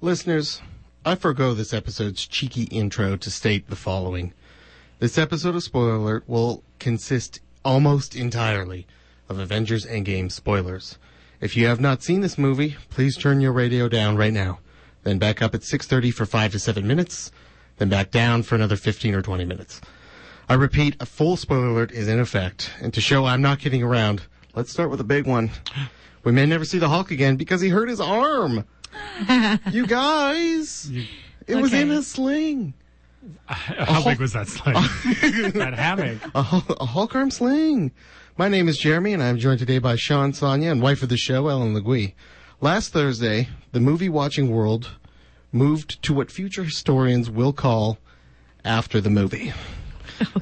Listeners, I forego this episode's cheeky intro to state the following. This episode of Spoiler Alert will consist almost entirely of Avengers Endgame spoilers. If you have not seen this movie, please turn your radio down right now, then back up at 6:30 for 5 to 7 minutes, then back down for another 15 or 20 minutes. I repeat, a full spoiler alert is in effect, and to show I'm not kidding around, let's start with a big one. We may never see the Hulk again because he hurt his arm. you guys, it was in Okay. a sling. How big was that sling? that hammock. a, Hul- a Hulk arm sling. My name is Jeremy, and I'm joined today by Sean Sonia and wife of the show, Ellen Legui. Last Thursday, the movie watching world moved to what future historians will call after the movie.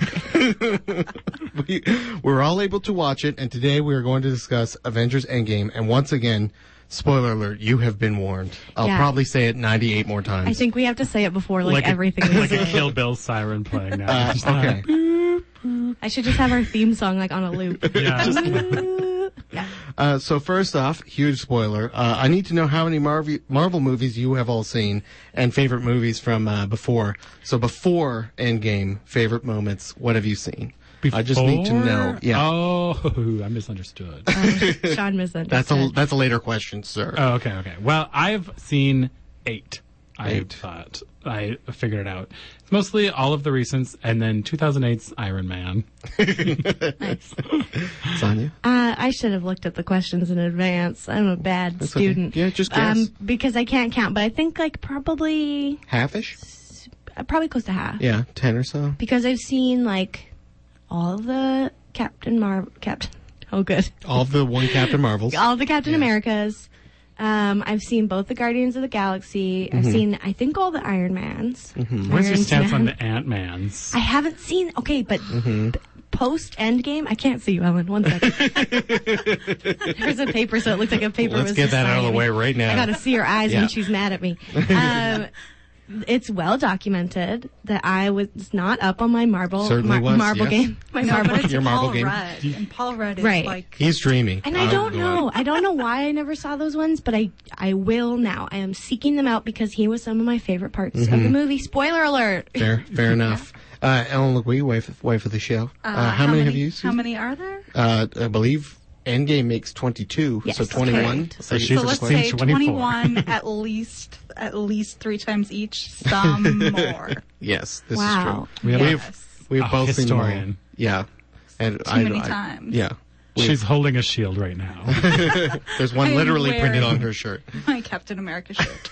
we, we were all able to watch it, and today we are going to discuss Avengers Endgame. And once again, spoiler alert, you have been warned. I'll Yeah. probably say it 98 more times. I think we have to say it before like, Like a- everything we Like a say. Kill Bill siren playing now. Uh, Just okay. I should just have our theme song like on a loop. like- yeah. yeah. Uh, so first off, huge spoiler. Uh, I need to know how many Marvel Marvel movies you have all seen and favorite movies from uh, before. So before Endgame, favorite moments. What have you seen? I just need to know. Before- Yeah, Oh, I misunderstood. Um, Sean misunderstood. that's a that's a later question, sir. oh, okay, okay. Well, I've seen eight. I Eight. thought I figured it out. It's mostly all of the recents, and then 2008's Iron Man. nice. Sonia. Uh, I should have looked at the questions in advance. I'm a bad That's okay. student. Yeah, just guess. Um, because I can't count, but I think like probably Halfish? uh, probably close to half. Yeah, ten or so. Because I've seen like all the Captain Marvel, Captain. Oh, good. All the one Captain Marvels. all the Captain Americas. Um, I've seen both the Guardians of the Galaxy. Mm-hmm. I've seen, I think, all the Iron Mans. What's your Iron stance on Man. the Ant Man's? I haven't seen. Okay, but Mm-hmm. post Endgame, I can't see you, Ellen. One second. There's a paper, so it looked like a paper. Let's was get that out of the beside me. way right now. I gotta see her eyes Yeah. when she's mad at me. Um, it's well documented that I was not up on my Marvel Certainly was, Marvel yes. game. My No, Marvel but it's Your Marvel Paul game. Rudd. And Paul Rudd is Right. like He's dreaming. And I don't know. I don't know why I never saw those ones, but I I will now. I am seeking them out because he was some of my favorite parts of Mm-hmm. the movie. Spoiler alert. Fair, fair enough. Uh, Ellen LeGuy, wife wife of the show. Uh, how, many, have you seen? How many are there? Uh, I believe Endgame makes 22, Yes, so that's 21. correct. So she's so a let's square. say Seen 21 at least at least three times each, some more. Yes, this Wow. is true. We have, Yes. we've, A we've both seen them historian. all. Yeah. And Too many times. Yeah. We- She's holding a shield right now. there's one I'm literally printed wearing- on her shirt. My Captain America shirt.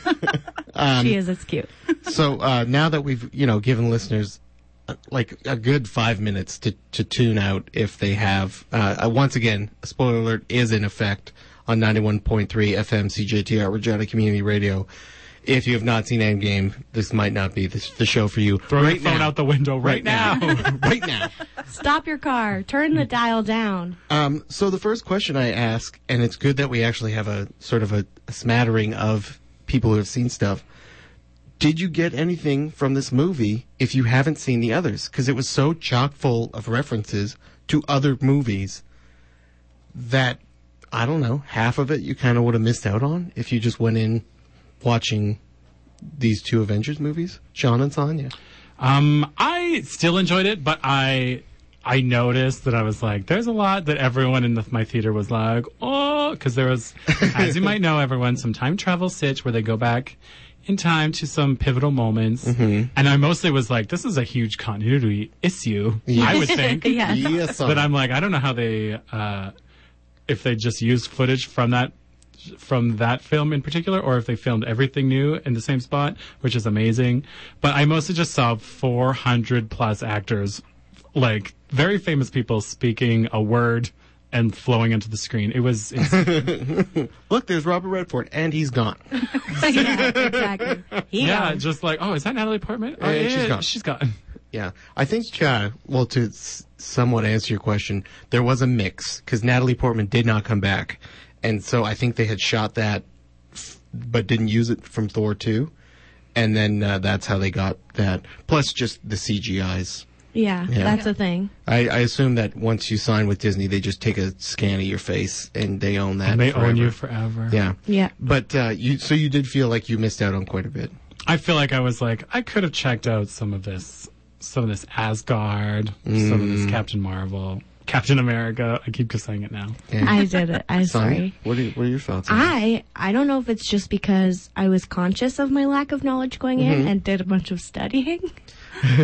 Um, she is. It's cute. So uh, now that we've you know given listeners uh, like a good five minutes to, to tune out if they have. Uh, uh, once again, a spoiler alert is in effect on 91.3 FM CJTR Regina Community Radio. If you have not seen Endgame, this might not be the, the show for you. Throw right your phone now. out the window right, now. right now. Stop your car. Turn the dial down. Um, so the first question I ask, and it's good that we actually have a sort of a, a smattering of people who have seen stuff. Did you get anything from this movie if you haven't seen the others? Because it was so chock full of references to other movies that I don't know half of it you kind of would have missed out on if you just went in watching these two Avengers movies, Sean and Sonya. Um, I still enjoyed it, but I I noticed that I was like, there's a lot that everyone in the, my theater was like, oh, because there was, as you might know, everyone some time travel sitch where they go back in time to some pivotal moments, and I mostly was like, this is a huge continuity issue. I would think yeah. Yes, but I'm like, I don't know how they, uh, if they just used footage from that, from that film in particular, or if they filmed everything new in the same spot, which is amazing. But I mostly just saw 400 plus actors, like very famous people speaking a word and flowing into the screen. It was, it's, look, there's Robert Redford, and he's gone. yeah, exactly. He um, yeah, knows. just like, oh, is that Natalie Portman? Oh, Yeah, yeah, she's yeah, gone. She's gone. Yeah, I think. Uh, well, to s- somewhat answer your question, there was a mix because Natalie Portman did not come back, and so I think they had shot that, f- but didn't use it from Thor two, and then uh, that's how they got that. Plus, just the CGI's Yeah, Yeah. that's a thing. I, I assume that once you sign with Disney, they just take a scan of your face and they own that. And they own forever. you forever. Yeah. Yeah. But uh, you, so you did feel like you missed out on quite a bit. I feel like I was like, I could have checked out some of this, some of this Asgard, some of Mm. this Captain Marvel, Captain America. I keep saying it now. Yeah. I did it. I'm Sonia, sorry. What are, what are your thoughts? on it? I I don't know if it's just because I was conscious of my lack of knowledge going Mm-hmm. in and did a bunch of studying.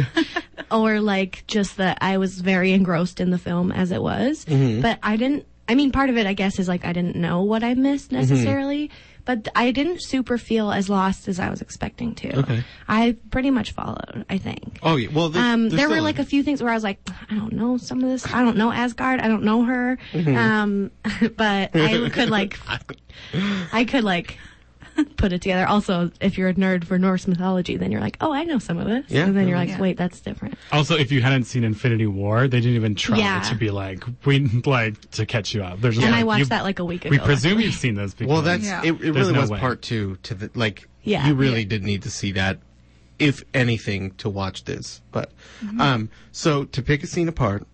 or like just that I was very engrossed in the film as it was. Mm-hmm. But I didn't I mean part of it I guess is like I didn't know what I missed Mm-hmm. necessarily, but I didn't super feel as lost as I was expecting to. Okay. I pretty much followed, I think. Oh yeah. Well, there's, Um, there's there were still- like a few things where I was like, I don't know some of this. I don't know Asgard. I don't know her. Um, but I could like, I could like put it together. Also, if you're a nerd for Norse mythology, then you're like, oh, I know some of this. Yeah. And then you're like, Yeah. wait, that's different. Also, if you hadn't seen Infinity War, they didn't even try Yeah. to be like, we like to catch you up. There's And like, I watched you- that like a week ago. We presume you've seen those. Because Well, that's Yeah. it. It There's really no was way. part two to the like. Yeah. You really did need to see that, if anything, to watch this. But, Mm-hmm. um, so to pick a scene apart,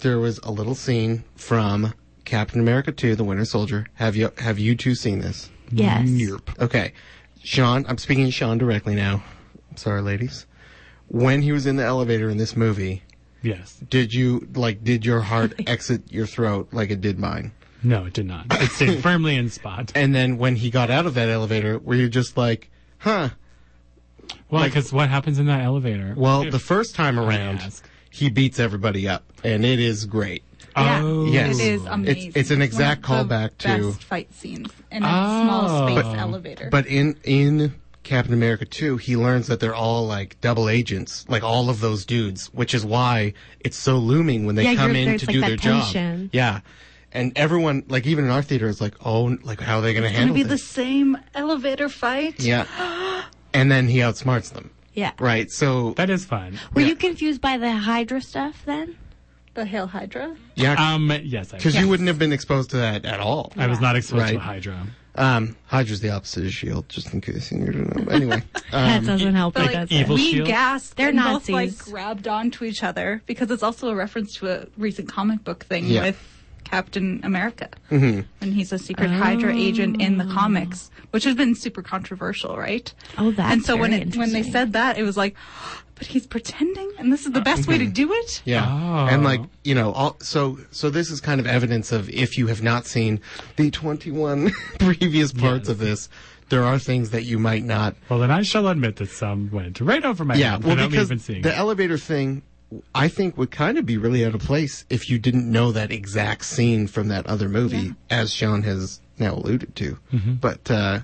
there was a little scene from Captain America Two: The Winter Soldier. Have you have you two seen this? Yes. Okay, Sean. I'm speaking to Sean directly now. I'm sorry, ladies. When he was in the elevator in this movie, Yes. did you like? Did your heart exit your throat like it did mine? No, it did not. It stayed firmly in spot. And then when he got out of that elevator, were you just like, huh? Well, because what happens in that elevator? Well, the first time around, ask. he beats everybody up, and it is great. Yeah, Oh. Yes. it is It's- amazing. it's an exact One of the callback to- best fight scenes in a Oh. small space But- elevator. But in in Captain America 2, he learns that they're all like double agents, like all of those dudes, which is why it's so looming when they Yeah, come you're- in there's, to like, do that their job. tension. Yeah. And everyone, like even in our theater, is like, oh, like how are they going to it's gonna handle be the this? same elevator fight. Yeah. And then he outsmarts them. Yeah. Right. So That is fun. Were you confused by the Hydra stuff then? The Hail Hydra. yeah, Um. Yes. I, because was. you wouldn't have been exposed to that at all. I was not exposed to Right. a Hydra. Um, Hydra's the opposite of Shield, just in case you don't know. Anyway, uh, That doesn't help. But it like does evil- we shield? gasped. They're and both Nazis. like grabbed onto each other because it's also a reference to a recent comic book thing Yeah. Mm-hmm. with Captain America, and he's a secret Hydra agent in the comics, which has been super controversial, right? Oh, that's and so when very it, when they interesting. said that, it was like, but he's pretending, and this is the best way to do it. Mm-hmm. Yeah. Oh. And like, you know, all, so, so this is kind of evidence of if you have not seen the 21 previous parts Yes. of this, there are things that you might not. Well, then I shall admit that some went right over my Yeah. head Well, without me because even seeing. the it. elevator thing, I think would kind of be really out of place if you didn't know that exact scene from that other movie, as Sean has now alluded to. Mm-hmm. But, uh,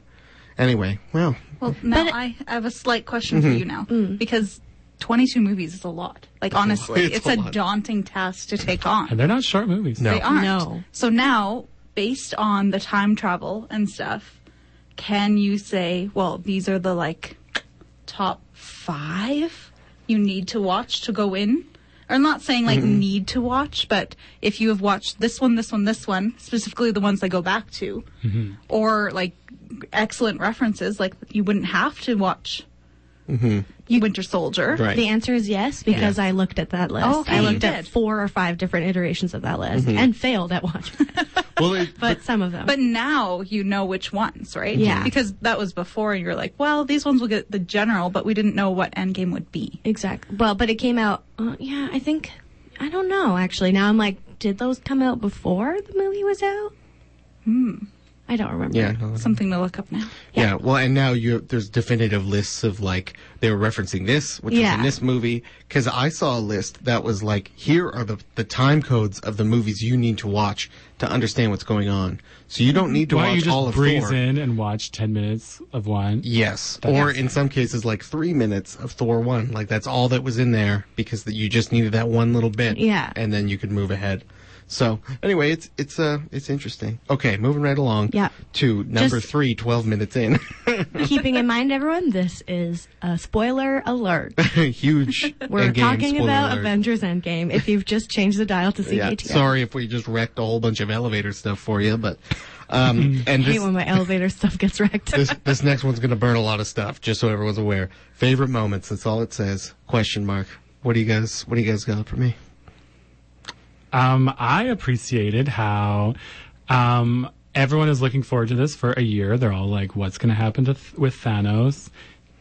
anyway, well, Well, now But- Mm. I have a slight question for you now because 22 movies is a lot. Like honestly, Mm-hmm. It's it's, a a, lot. daunting task to take on. and they're not short movies. no. They aren't. No. So now, based on the time travel and stuff, can you say, well, these are the like top five you need to watch to go in? Or I'm not saying like need to watch, but if you have watched this one, this one, this one, specifically the ones I go back to, or like excellent references, like you wouldn't have to watch Winter Soldier. Right. The answer is yes because I looked at that list. Oh, Okay, I you looked at did. four or five different iterations of that list and failed at one, Well, it, but some of them. But now you know which ones, right? Yeah. Because that was before, and you're like, well, these ones will get the general, but we didn't know what Endgame would be. Exactly. Well, but it came out. Uh, yeah, I think. I don't know. Actually, now I'm like, did those come out before the movie was out? Hmm. I don't remember. yeah. Something to look up now. Yeah. well, and now you there's definitive lists of like they were referencing this, which was in Yeah. this movie. Because I saw a list that was like, here are the the time codes of the movies you need to watch to understand what's going on. So you don't need to Why don't watch you all just of breeze Thor. in and watch ten minutes of one? Yes, or in some cases, like three minutes of Thor one, like that's all that was in there because that you just needed that one little bit, Yeah. and then you could move ahead. So anyway, it's it's uh it's interesting. Okay, moving right along. Yeah. To number Just- three, 12 minutes in. Keeping in mind, everyone, this is a spoiler alert. huge. We're Endgame talking spoiler about alert. Avengers Endgame. If you've just changed the dial to Yeah, CKTR. sorry if we just wrecked a whole bunch of elevator stuff for you, but um, and I hate this, when my elevator stuff gets wrecked. this this next one's gonna burn a lot of stuff, just so everyone's aware. Favorite moments. That's all it says. Question mark. What do you guys What do you guys got for me? Um, I appreciated how um, everyone is looking forward to this for a year. They're all like, "What's going to happen to th- with Thanos?"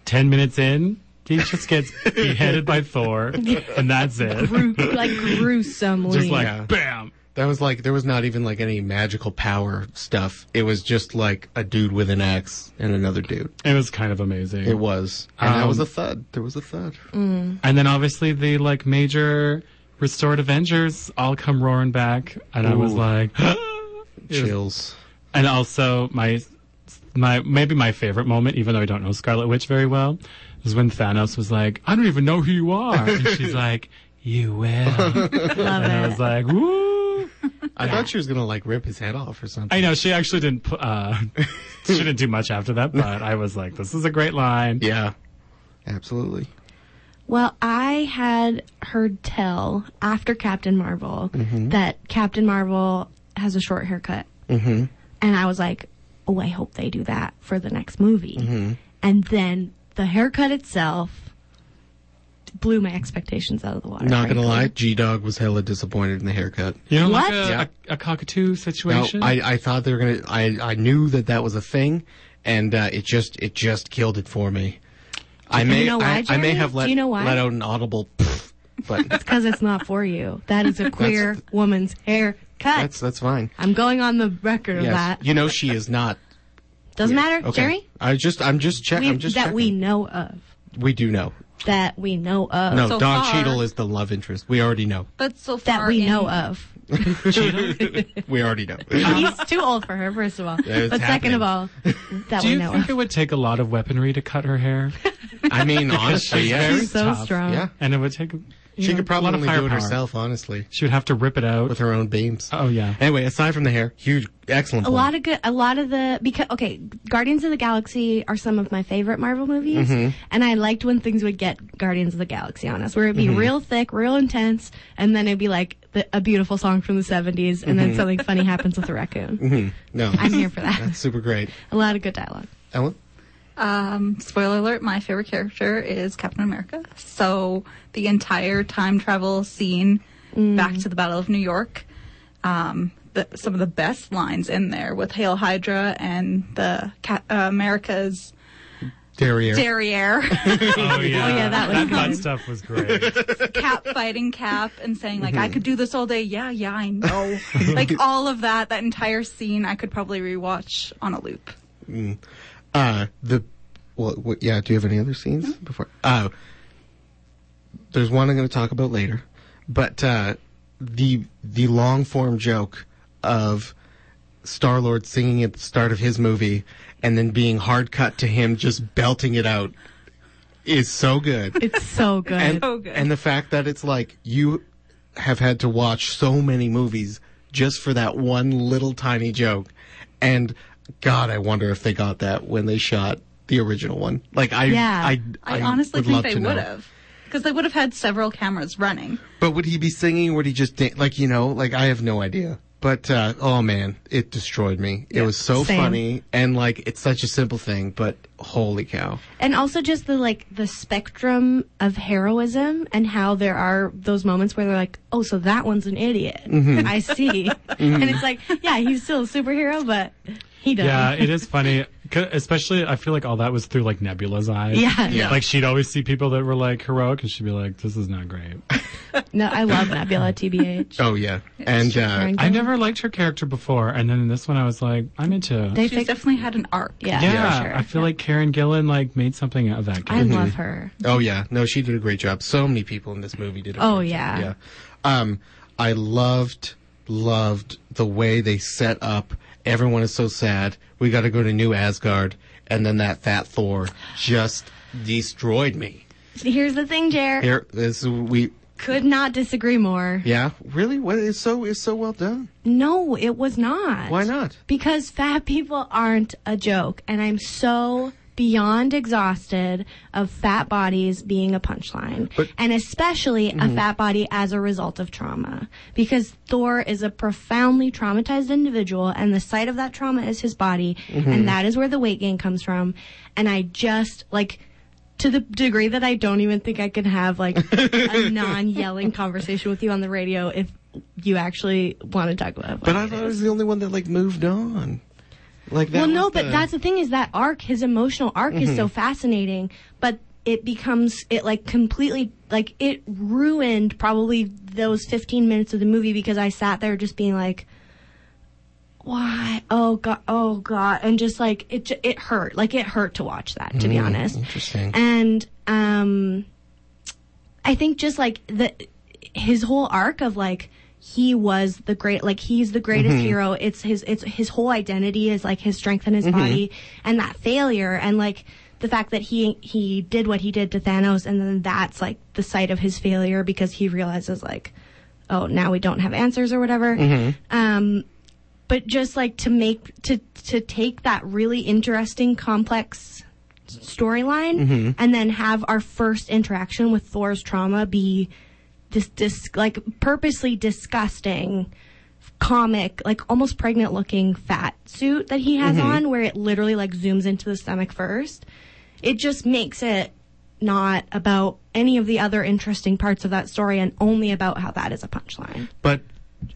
Ten minutes in, he just gets beheaded by Thor, and that's it. Gru- like gruesomely. Just like Yeah. bam. That was like there was not even like any magical power stuff. It was just like a dude with an axe and another dude. It was kind of amazing. It was, and that Um, mm. was a thud. There was a thud. And then obviously the like major restored Avengers all come roaring back, and I was Ooh. like, It was- Chills. and also my my maybe my favorite moment, even though I don't know Scarlet Witch very well, is when Thanos was like, "I don't even know who you are," and she's like, "You will," and Love I it. was like, "Woo!" I thought she was gonna like rip his head off or something. I know she actually didn't pu- uh, she didn't do much after that, but I was like, "This is a great line." yeah, absolutely. Well, I had heard tell after Captain Marvel Mm-hmm. that Captain Marvel has a short haircut. Mm-hmm. And I was like, oh, I hope they do that for the next movie. Mm-hmm. And then the haircut itself blew my expectations out of the water. Not gonna frankly. lie, G Dog was hella disappointed in the haircut. You know, What? like a, Yeah. a, a cockatoo No, situation. I, I thought they were gonna. I, I knew that that was a thing, and uh, it just it just killed it for me. I may you know why, I, I may Jeremy? have let Do you know why? let out an audible, pfft, but Because it's not for you. That is a queer woman's haircut. that's that's fine. I'm going on the record of Yes, that. you know she is not. Doesn't matter, Okay. Jerry? I just I'm just checking. We, I'm just that checking. we know of. we do know. That we know of. No, So Don far- Cheadle is the love interest. We already know. But so far, that we in- know of. We already know. He's too old for her, first of all. Yeah, it's but second of all, that do we you know think of. it would take a lot of weaponry to cut her hair? I mean, honestly, yeah, very She's so tough. strong. yeah. And it would take. you She know, could a lot of probably do it firepower. herself, honestly, She would have to rip it out. with her own beams. oh yeah. Anyway, aside from the hair, huge, excellent. A lot of good, a lot of the, because, okay, Guardians of the Galaxy are some of my favorite Marvel movies. And I liked when things would get Guardians of the Galaxy on us, where it'd be real thick, real intense, and then it'd be like the, a beautiful song from the 70s, and then something funny happens with a raccoon. no, I'm here for that. that's super great. A lot of good dialogue. Ellen, Um, spoiler alert, my favorite character is Captain America. So the entire time travel scene back Mm. to the Battle of New York, um, the, some of the best lines in there with Hail Hydra and the Cap- uh, America's derriere. derriere, Oh yeah. yeah, that was fun. stuff was great. Cap fighting Cap and saying like, I Mm-hmm. could do this all day. Yeah, yeah, I know. like all of that, that entire scene I could probably rewatch on a loop. uh, the, well, what, yeah. Do you have any other scenes Mm-hmm. before? Uh, there's one I'm going to talk about later, but uh, the the long form joke of Star Lord singing at the start of his movie and then being hard cut to him just belting it out is so good. It's so good. and, So Oh, good. and the fact that it's like you have had to watch so many movies just for that one little tiny joke and god i wonder if they got that when they shot the original one like i Yeah. I, I, honestly would think love they to know. would have. Because they would have had several cameras running. but would he be singing would he just dan- like you know like i have no idea but uh, oh man it destroyed me it was so Same. funny and like it's such a simple thing but holy cow and also just the like the spectrum of heroism and how there are those moments where they're like oh so that one's an idiot Mm-hmm. i see and it's like yeah he's still a superhero but he does Yeah, not it is funny. 'Cause- Especially, I feel like all that was through like Nebula's eyes. Yeah. Yeah. Like she'd always see people that were like heroic, and she'd be like, "This is not great." no i love nebula tbh oh yeah and uh, I never liked her character before, and then in this one, I was like, "I'm into." they She's fix- definitely had an arc. yeah, yeah, for sure. I feel like Karen Gillan like Mm-hmm. made something out of that. i character. love her Oh yeah, no, she did a great job. So many people in this movie did. A Oh, great yeah. job. yeah. Um, I loved, loved the way they set up. Everyone is so sad. We got to go to New Asgard, and then that fat Thor just destroyed me. here's the thing jared Here, this we. could not disagree more Yeah, really? What is so is so well done? no it was not Why not? Because fat people aren't a joke, and I'm so beyond exhausted of fat bodies being a punchline, But- Mm-hmm. and especially a fat body as a result of trauma. Because Thor is a profoundly traumatized individual, and the site of that Mm-hmm. trauma is his body, and that is where the weight gain comes from. And I just like to the degree that I don't even think I can have like a non-yelling conversation with you on the radio if you actually want to talk about. what But I it thought I is. was the only one that like moved on. Like that. well, was no, the- Mm-hmm. but that's the thing is that arc, his emotional arc, is so fascinating, but it becomes it like completely like it ruined probably those 15 minutes of the movie because I sat there just being like why oh god oh god and just like it ju- it hurt like it hurt to watch that to be honest interesting. and um I think just like the his whole arc of like he was the great like he's the greatest hero. It's his it's his whole identity is like his strength in his body and that failure and like the fact that he he did what he did to Thanos and then that's like the site of his failure because he realizes like oh now we don't have answers or whatever. Um but just like to make to to take that really interesting complex storyline and then have our first interaction with Thor's trauma be this dis- like purposely disgusting comic like almost pregnant looking fat suit that he has on where it literally like zooms into the stomach first it just makes it not about any of the other interesting parts of that story and only about how that is a punchline But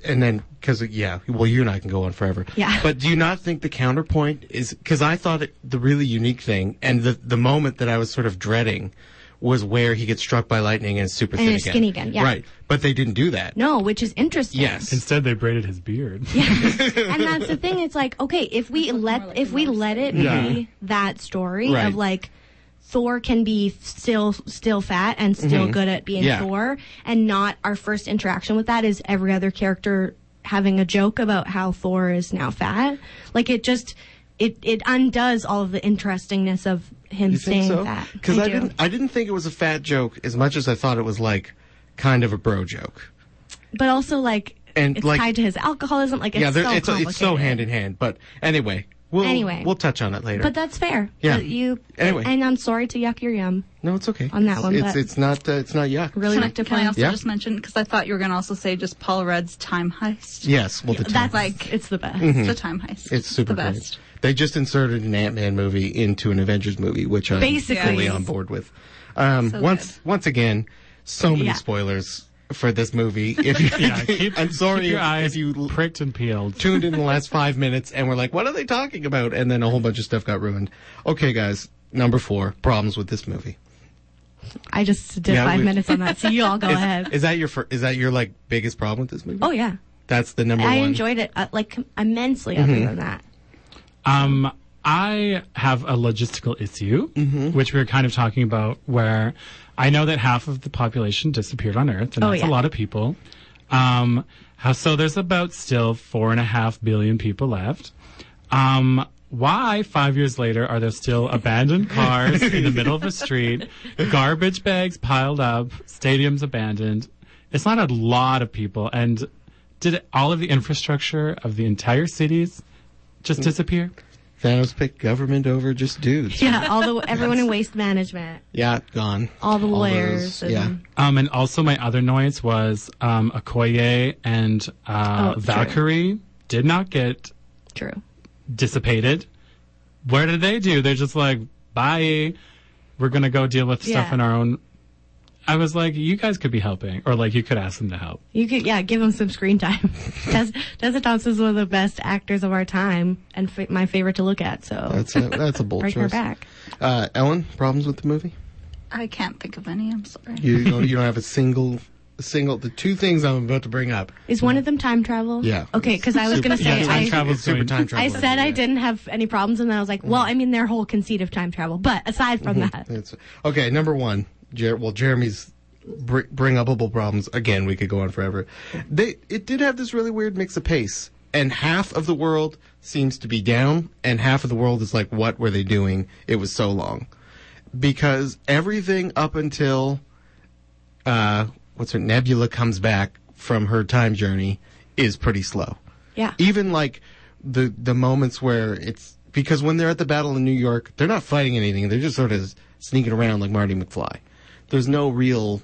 and then because yeah, well, you and I can go on forever. Yeah. But do you not think the counterpoint is because I thought it, the really unique thing and the the moment that I was sort of dreading was where he gets struck by lightning and is super thin is again. skinny again, yeah. Right. But they didn't do that. no which is interesting Yes. Instead, they braided his beard. and that's the thing. It's like okay, if we let if we let it Yeah. be that story Right. of like Thor can be still still fat and still good at being Mm-hmm. Yeah. Thor, and not our first interaction with that is every other character having a joke about how Thor is now fat. Like it just it it undoes all of the interestingness of him You staying think so? fat. Because I, do. didn't I didn't think it was a fat joke as much as I thought it was like kind of a bro joke. but also like And, it's like- tied to his alcoholism. Like it's yeah, so there- it's it's so complicated. hand in hand. But anyway, we'll Anyway. we'll touch on it later. But that's fair. Yeah. But You Anyway. and I'm sorry to yuck your yum. no, it's okay. on that one, it's but- it's not uh, it's not yuck. Really Can I, looked can I also Yeah. just mention because I thought you were going to also say just Paul Rudd's time heist. Yes, well, the time. That's Like- like it's the best. Mm-hmm. It's the time heist. It's super the best. great. They just inserted an Ant Man movie into an Avengers movie, which I'm Basically. fully on board with. Um, So once once again, so many Yeah. spoilers for this movie. If you, Yeah, keep, I'm sorry keep your if- eyes if you- pricked and peeled. tuned in the last five minutes and we're like, what are they talking about? And then a whole bunch of stuff got ruined. Okay, guys, number four problems with this movie. I just did Yeah, five we- minutes on that, so you all go Is, ahead. is that your fir- is that your like biggest problem with this movie? oh yeah, that's the number I one. Mm-hmm. enjoyed it uh, like immensely. Other than that, Um, I have a logistical issue, Mm-hmm. which we were kind of talking about, where I know that half of the population disappeared on Earth, and Oh, that's yeah. a lot of people. Um, how, so there's about still four and a half billion people left. Um, why five years later are there still abandoned cars in the middle of the street, garbage bags piled up, stadiums abandoned? It's not a lot of people. And did all of the infrastructure of the entire cities just Mm. disappear? Thanos picked government over just dudes. yeah, all the everyone in waste management, Yeah, gone. all the lawyers. those, yeah. and- Um, and also my other noise was um, Okoye and uh, Oh, Valkyrie did not get true. dissipated. Where did they do? They're just like, bye. We're gonna go deal with stuff Yeah. in our own. I was like, you guys could be helping, or like you could ask them to help. You could yeah, give him some screen time. Des- Desert Thompson is one of the best actors of our time, and f- my favorite to look at. So That's a, that's a bold break her choice. back. Uh, Ellen, problems with the movie? I can't think of any. I'm sorry. You don't, you don't have a single a single the two things I'm about to bring up. Is one of them time travel? Yeah. Okay, because I was Super- gonna say I, yeah, time travel. Travel's super going- time travel. I said I didn't have any problems, and then I was like, well, Mm-hmm. I mean, their whole conceit of time travel. But aside from that, That's- okay, number one. Jer- well, Jeremy's br- bring upable problems again. We could go on forever. They it did have this really weird mix of pace, and half of the world seems to be down, and half of the world is like, "What were they doing? It was so long." Because everything up until uh, what's her Nebula comes back from her time journey is pretty slow yeah, even like the the moments where it's because when they're at the battle in New York, they're not fighting anything. They're just sort of sneaking around like Marty McFly. There's no real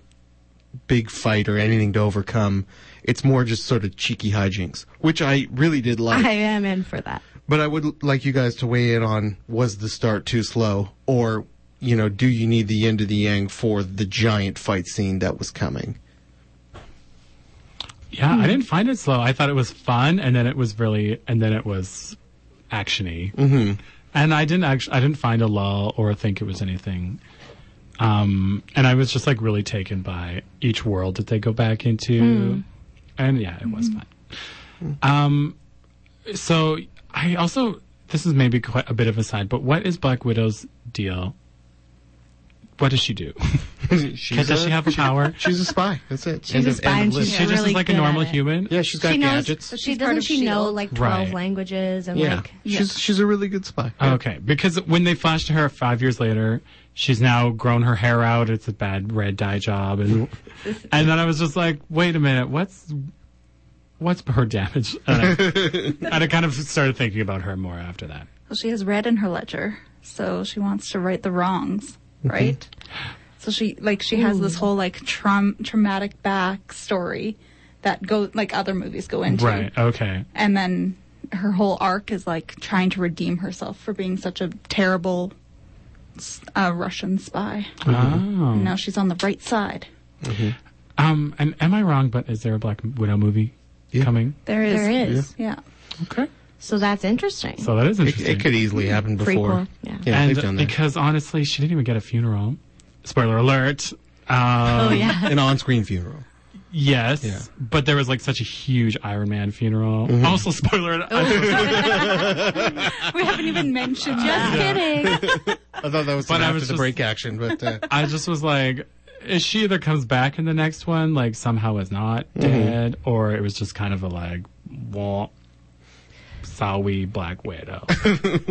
big fight or anything to overcome. It's more just sort of cheeky hijinks, which I really did like. I am in for that. But I would l- like you guys to weigh in on was the start too slow or you know, do you need the yin to the yang for the giant fight scene that was coming? Yeah, I didn't find it slow. I thought it was fun, and then it was really, and then it was actiony. Mm-hmm. And I didn't actually, I didn't find a lull or think it was anything. Um, and I was just like really taken by each world that they go back into, Mm-hmm. and yeah, it was fun. Um, so I also this is maybe quite a bit of a side, but what is Black Widow's deal? What does she do? she's does she have power? She's a spy. That's it. She's a of- spy of and list. she's She just really is like a good normal at it. human. yeah, she's got she knows. gadgets. She She's part doesn't. of She know S.H.I.E.L.D.. like twelve Right. languages and yeah. like. she's she's a really good spy. Oh, Okay, because when they flash to her five years later, she's now grown her hair out. It's a bad red dye job, and and then I was just like, wait a minute, what's what's her damage? And I, and I kind of started thinking about her more after that. Well, she has red in her ledger, so she wants to right the wrongs, right? So she like she has this whole like traum- traumatic backstory that go like other movies go into, Right. uh Okay. and then her whole arc is like trying to redeem herself for being such a terrible s- uh, Russian spy. Mm-hmm. Oh. And now she's on the right side. Um. And am I wrong? But is there a Black Widow movie Yeah. coming? There is, There is. yeah. Okay. So that's interesting. So that is It, interesting. it could easily happen before. Prequel, yeah. and they've done that. because honestly, she didn't even get a funeral. Spoiler alert. oh Um, yeah. An on-screen funeral. Yes, Yeah. Mm-hmm. but there was like such a huge Iron Man funeral. Also, spoiler. alert, I'm Oh. so sorry, We haven't even mentioned Just that. kidding. I thought that was But an I after was the just- break action, but uh, I just was like, is she either comes back in the next one, like somehow is Mm-hmm. not dead, or it was just kind of a like, wah, Sawi Black Widow.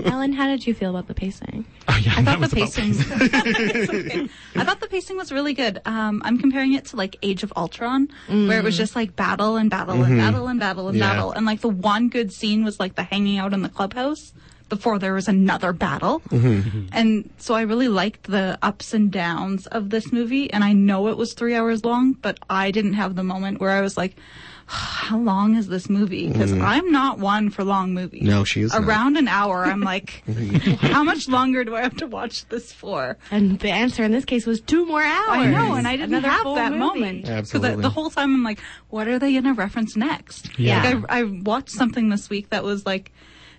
Ellen, how did you feel about the pacing? Oh yeah, I that thought was the about- pacing. I thought the pacing was really good. Um, I'm comparing it to like Age of Ultron, where it was just like battle and battle Mm-hmm. and battle and battle and Yeah. battle, and like the one good scene was like the hanging out in the clubhouse before there was another battle. Mm-hmm. And so I really liked the ups and downs of this movie, and I know it was three hours long, but I didn't have the moment where I was like. How long is this movie? Because I'm not one for long movies. Mm. No, she is not. Around an hour, I'm like, how much longer do I have to watch this for? And the answer in this case was two more hours. I know, and I didn't Another have full that movie. moment. Because Absolutely. the whole time I'm like, what are they going to reference next? Yeah. Like, I, I watched something this week that was like,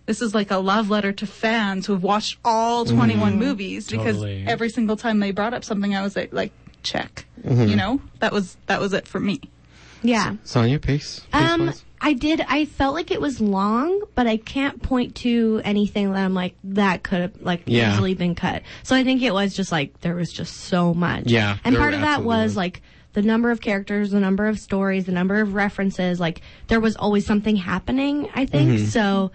this is like a love letter to fans who have watched all Mm-hmm. 21 movies because Totally. every single time they brought up something, I was like, like check. Mm-hmm. You know, that was that was it for me. Yeah. Sonya Pace. Um, I did. I felt like it was long, but I can't point to anything that I'm like that could have like Yeah. easily been cut. So I think it was just like there was just so much. Yeah, and there part of that absolutely was was. like the number of characters, the number of stories, the number of references. Like there was always something happening. I think Mm-hmm. so.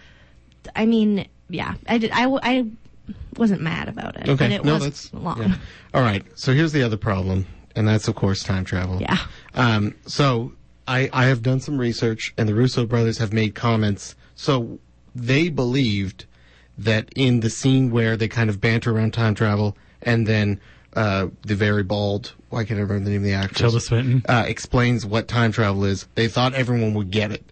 I mean, yeah, I did. I, w- I wasn't mad about it, Okay. but it no, was that's long. yeah. All right. So here's the other problem, and that's of course time travel. Yeah. Um, so I I have done some research, and the Russo brothers have made comments. So they believed that in the scene where they kind of banter around time travel, and then uh, the very bald, why can't I remember the name of the actor? Tilda Swinton. uh, explains what time travel is. They thought everyone would get it.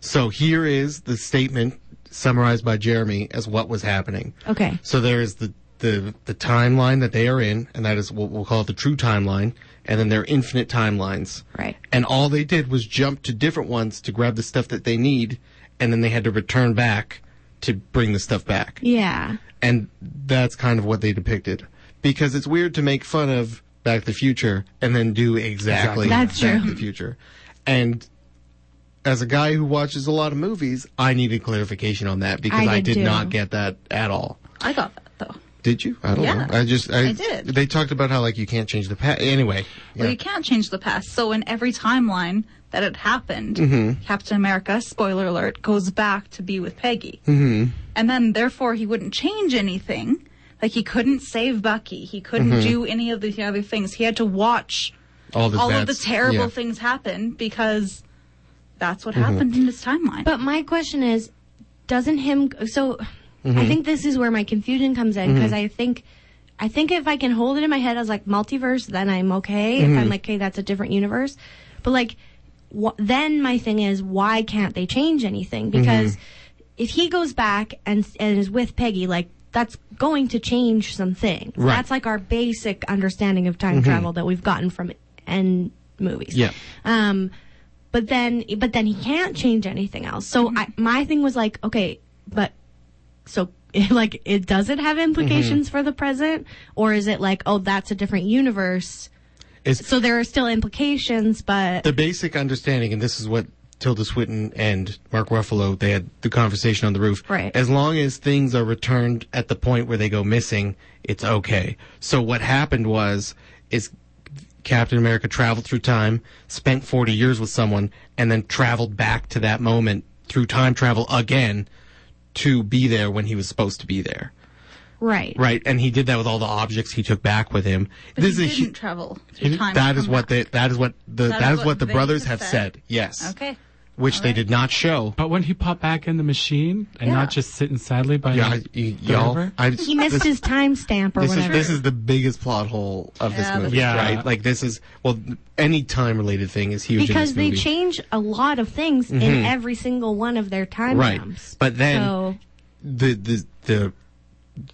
So here is the statement summarized by Jeremy as what was happening. Okay. So there is the, the, the timeline that they are in, and that is what we'll call the true timeline, and then there are infinite timelines. Right. And all they did was jump to different ones to grab the stuff that they need, and then they had to return back to bring the stuff back. Yeah. And that's kind of what they depicted. Because it's weird to make fun of Back to the Future and then do exactly, Exactly. That's Back true. to the Future. And as a guy who watches a lot of movies, I needed clarification on that because I I did did too. not get that at all. I got that though. Did you? I don't Yeah, know. I just I, I did. They talked about how like you can't change the past. Anyway, Well, yeah. you can't change the past. So in every timeline that it happened, Mm-hmm. Captain America, spoiler alert, goes back to be with Peggy. Mm-hmm. And then therefore he wouldn't change anything. Like he couldn't save Bucky. He couldn't do any of the other things. He had to watch Mm-hmm. all the all bad of the s- terrible yeah. Mm-hmm. things happen because that's what happened in his timeline. But my question is, doesn't him so? I think this is where my confusion comes in because I think, I think if I can hold it in my head as like multiverse, then I'm okay. If I'm like, okay, that's a different universe, but like, wh- then my thing is, why can't they change anything? Because if he goes back and and is with Peggy, like that's going to change some things. Right. That's like our basic understanding of time travel that we've gotten from end movies. Yeah. Um, but then, but then he can't change anything else. So I, my thing was like, okay, but so like it does it have implications Mm-hmm. for the present, or is it like, oh, that's a different universe? It's So there are still implications, but the basic understanding, and this is what Tilda Swinton and Mark Ruffalo they had the conversation on the roof. Right. As long as things are returned at the point where they go missing, it's okay. So what happened was is Captain America traveled through time, spent 40 years with someone, and then traveled back to that moment through time travel again to be there when he was supposed to be there. right, Right, and he did that with all the objects he took back with him. But this he is a hu- didn't travel through time. that and is come what back. they that is what the that is what the they brothers have have said. said. Yes. Okay. Which they right. did not show. But when he popped back in the machine and Yeah. not just sitting sadly by Yeah, the, I- y- the y'all. river? I, he missed this, his timestamp or This is whatever. this is the biggest plot hole of this Yeah, that's movie, Yeah. true. right? Like this is well, any time related thing is huge because in this they movie. Mm-hmm. change a lot of things in every single one of their time Right. jumps. But then- so, the the the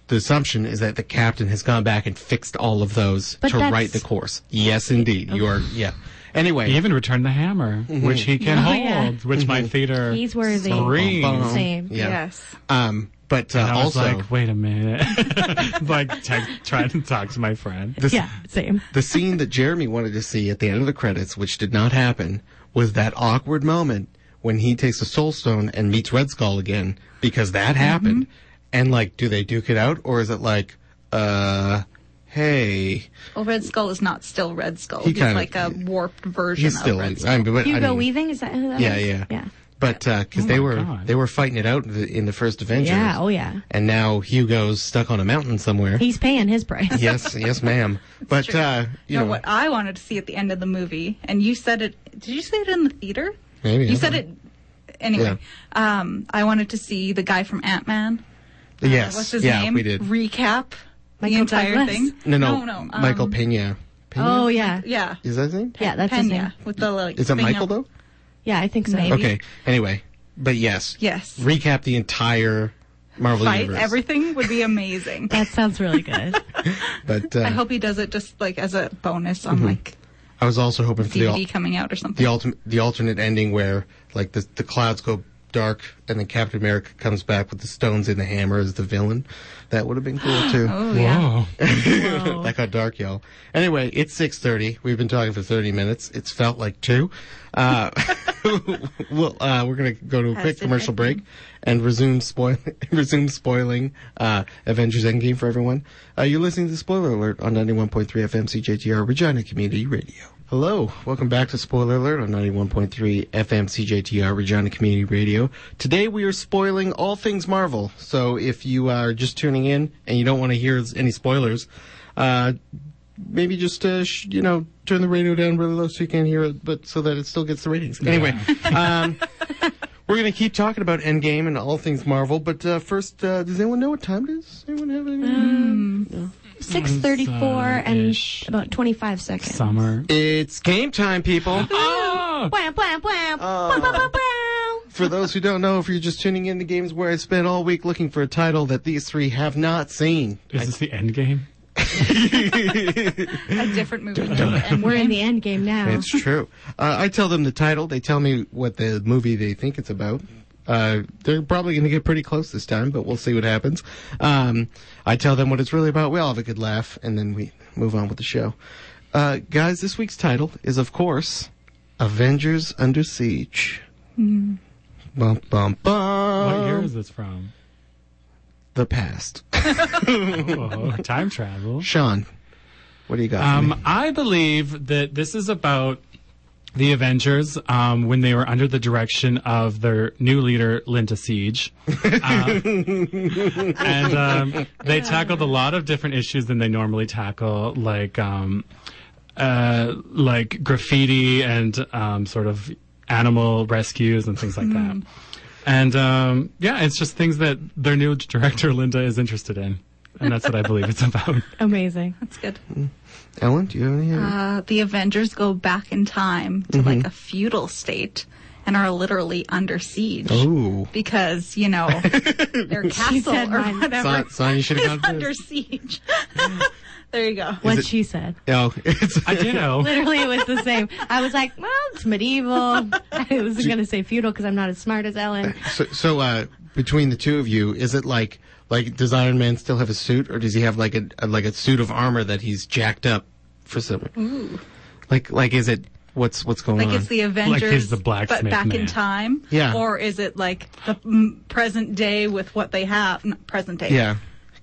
the assumption is that the captain has gone back and fixed all of those But to that's- right the course. Yes, indeed. You are. Yeah. Anyway, He even returned the hammer, Mm-hmm. which he can Oh, hold, yeah. which my theater He's worthy. screamed. Bum, bum. Same. Yeah. Yes. Um. But uh, And I was also, like, wait a minute. like, text, trying to talk to my friend. this, yeah, same. the scene that Jeremy wanted to see at the end of the credits, which did not happen, was that awkward moment when he takes a soul stone and meets Red Skull again, because Mm-hmm. that happened. And like, do they duke it out, or is it like, uh, hey, Well, Red Skull is not still Red Skull. He he's kinda- like a warped version he's of still Red in. Skull. I mean, but, I Hugo mean- Weaving is that who that Yeah, was? yeah, yeah. But because Oh they my were God. they were fighting it out in the, in the first Avengers. Yeah, oh yeah. And now Hugo's stuck on a mountain somewhere. He's paying his price. yes, yes, ma'am. But true. uh, you No, know, what I wanted to see at the end of the movie, and you said it. Did you say it in the theater? Maybe, I you don't said know. it. Anyway, um, I wanted to see the guy from Ant Man. yes, Uh, What's his yeah, name? we did. Recap the Michael entire Douglas. thing. no, no, no. um, Michael Pena. Pena? oh yeah, Yeah. Is that his name? yeah. That's his name. Pena with the like. Is that thing Michael up- though? Yeah, I think so. Maybe. Okay. Anyway, but yes. Yes. Recap the entire Marvel Fight universe. everything would be amazing. That sounds really good. but uh, I hope he does it just like as a bonus Mm-hmm. on like I was also hoping for the DVD al- coming out or something. the ultimate the alternate ending where like the the clouds go dark and then Captain America comes back with the stones in the hammer as the villain. That would have been cool too. oh yeah. Whoa. that got dark, y'all. Anyway, it's six thirty. We've been talking for thirty minutes. It's felt like two. Uh, well, uh, we're gonna go to a quick it commercial been? break and resume spoil resume spoiling uh, Avengers Endgame for everyone. Uh, you're listening to Spoiler Alert on ninety one point three FM CJTR Regina Community Radio. Hello, welcome back to Spoiler Alert on 91.3 FM CJTR Regina Community Radio. Today we are spoiling all things Marvel, so if you are just tuning in and you don't want to hear any spoilers, uh, maybe just uh, sh- you know turn the radio down really low so you can't hear it, but so that it still gets the ratings. Anyway, um, we're gonna keep talking about Endgame and all things Marvel, but uh, first, uh, does anyone know what time it is? Anyone have any? Six thirty-four and Ish. about twenty-five seconds. Summer. It's game time, people. Oh! Blah, blah, blah, Oh. blah, blah, blah, blah. For those who don't know, if you're just tuning in to games where I spent all week looking for a title that these three have not seen, Is this the end game? A different movie. And We're in the end game now. It's true. Uh, I tell them the title. They tell me what the movie they think it's about. Uh, they're probably going to get pretty close this time, but we'll see what happens. Um, I tell them what it's really about. We all have a good laugh, and then we move on with the show. Uh, guys, this week's title is, of course, Avengers Under Siege. Bum, bum, bum. Um, What year is this from? The past. Oh, time travel. Sean, what do you got? for me? Um, I believe that this is about the Avengers um, when they were under the direction of their new leader, Linda Siege. Uh, and um, they tackled a lot of different issues than they normally tackle, like um, uh, like graffiti and um, sort of animal rescues and things like that. And um, yeah, it's just things that their new director, Linda, is interested in. And that's what I believe it's about. Amazing. That's good. Ellen, do you have any? Uh, the Avengers go back in time to like a feudal state and are literally under siege Ooh. because you know their castle said or mine. whatever Sign, sign you should is have gone under first. siege. there you go. What it- she said. Oh, it's, I do know. Literally, it was the same. I was like, well, it's medieval. I was going to say feudal because I'm not as smart as Ellen. So, so uh, between the two of you, is it like like does Iron Man still have a suit, or does he have like a, a like a suit of armor that he's jacked up for some? Like like is it what's what's going Like on? it's the Avengers, he's the but blacksmith back man. in time. Yeah. Or is it like the mm, present day with what they have? Not present day. yeah,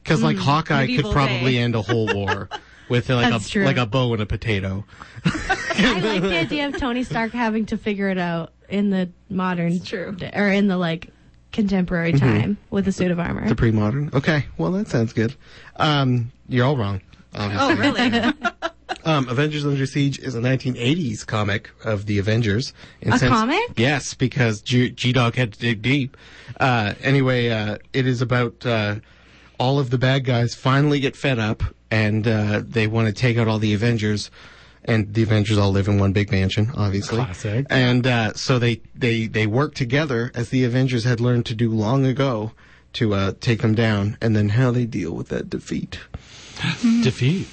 because like Hawkeye could Mm, medieval probably day. end a whole war with like That's a true. like a bow and a potato. I like the idea of Tony Stark having to figure it out in the modern, It's true. d- or in the like contemporary Mm-hmm. time with a suit of armor. The pre-modern. Okay, well that sounds good. Um, you're all wrong. Obviously. Oh, really? Um, Avengers Under Siege is a 1980s comic of the Avengers. In A comic? Yes, because G Dog had to dig deep. Uh, anyway, uh, it is about uh, all of the bad guys finally get fed up and uh, they want to take out all the Avengers. And the Avengers all live in one big mansion, obviously. Classic. And uh, so they, they, they work together as the Avengers had learned to do long ago to uh, take them down and then how they deal with that defeat. Defeat.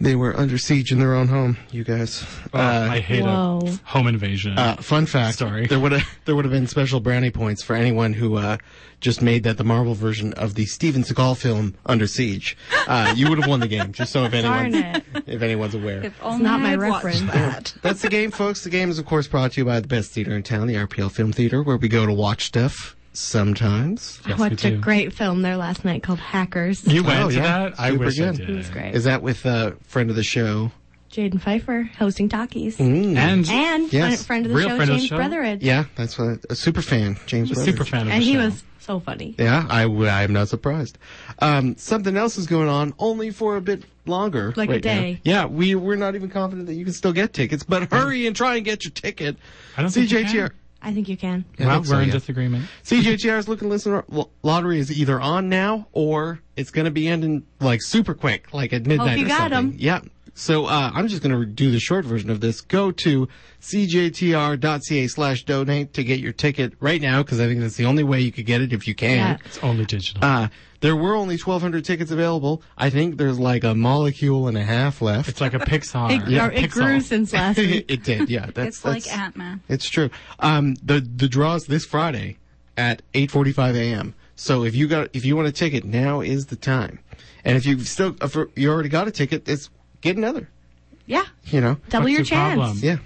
They were under siege in their own home, you guys. Oh, I hate Whoa. a home invasion. Uh, fun fact: Sorry. there would have there would have been special brownie points for anyone who uh, just made that the Marvel version of the Steven Seagal film Under Siege. Uh, you would have won the game, just so if anyone Darn it. if anyone's aware. if only not my I'd watched reference. That. That's the game, folks. The game is of course brought to you by the best theater in town, the RPL Film Theater, where we go to watch stuff sometimes. I Yes, we watched a do. great film there last night called Hackers. you went Oh, to yeah. that? I Super wish I good. did. it was great. Is that with a friend of the show? Jaden Pfeiffer hosting talkies. And, And Yes. friend of the Mm-hmm. Real show, friend of the James show? Brotheridge. Yeah, that's what a super fan, James. Brothers. super fan of And the he show. was so funny. Yeah, I w- I'm not surprised. Um, something else is going on, only for a bit longer. Like a right now. day. Yeah, we we're not even confident that you can still get tickets, but hurry and try and get your ticket. I don't think you CJTR. can. I think you can. Yeah, I well, think we're so, in yeah. disagreement. CJTR's looking listener lo- lottery is either on now or it's going to be ending like super quick, like at midnight you or got 'em. something. Yeah. So uh, I'm just going to do the short version of this. Go to cjtr.ca slash donate to get your ticket right now because I think that's the only way you could get it if you can. Yeah. It's only digital. Uh, there were only 1,200 tickets available. I think there's like a molecule and a half left. it's like a Pixar. It, Yeah, or it Pixar. grew since last week. it did, yeah. That's, It's like that's- Ant Man. It's true. Um, the the draw's this Friday at 8:45 a.m. So if you got if you want a ticket, now is the time. And if you still if you already got a ticket, it's get another. Yeah. You know, Double What's your your chance. problem? yeah,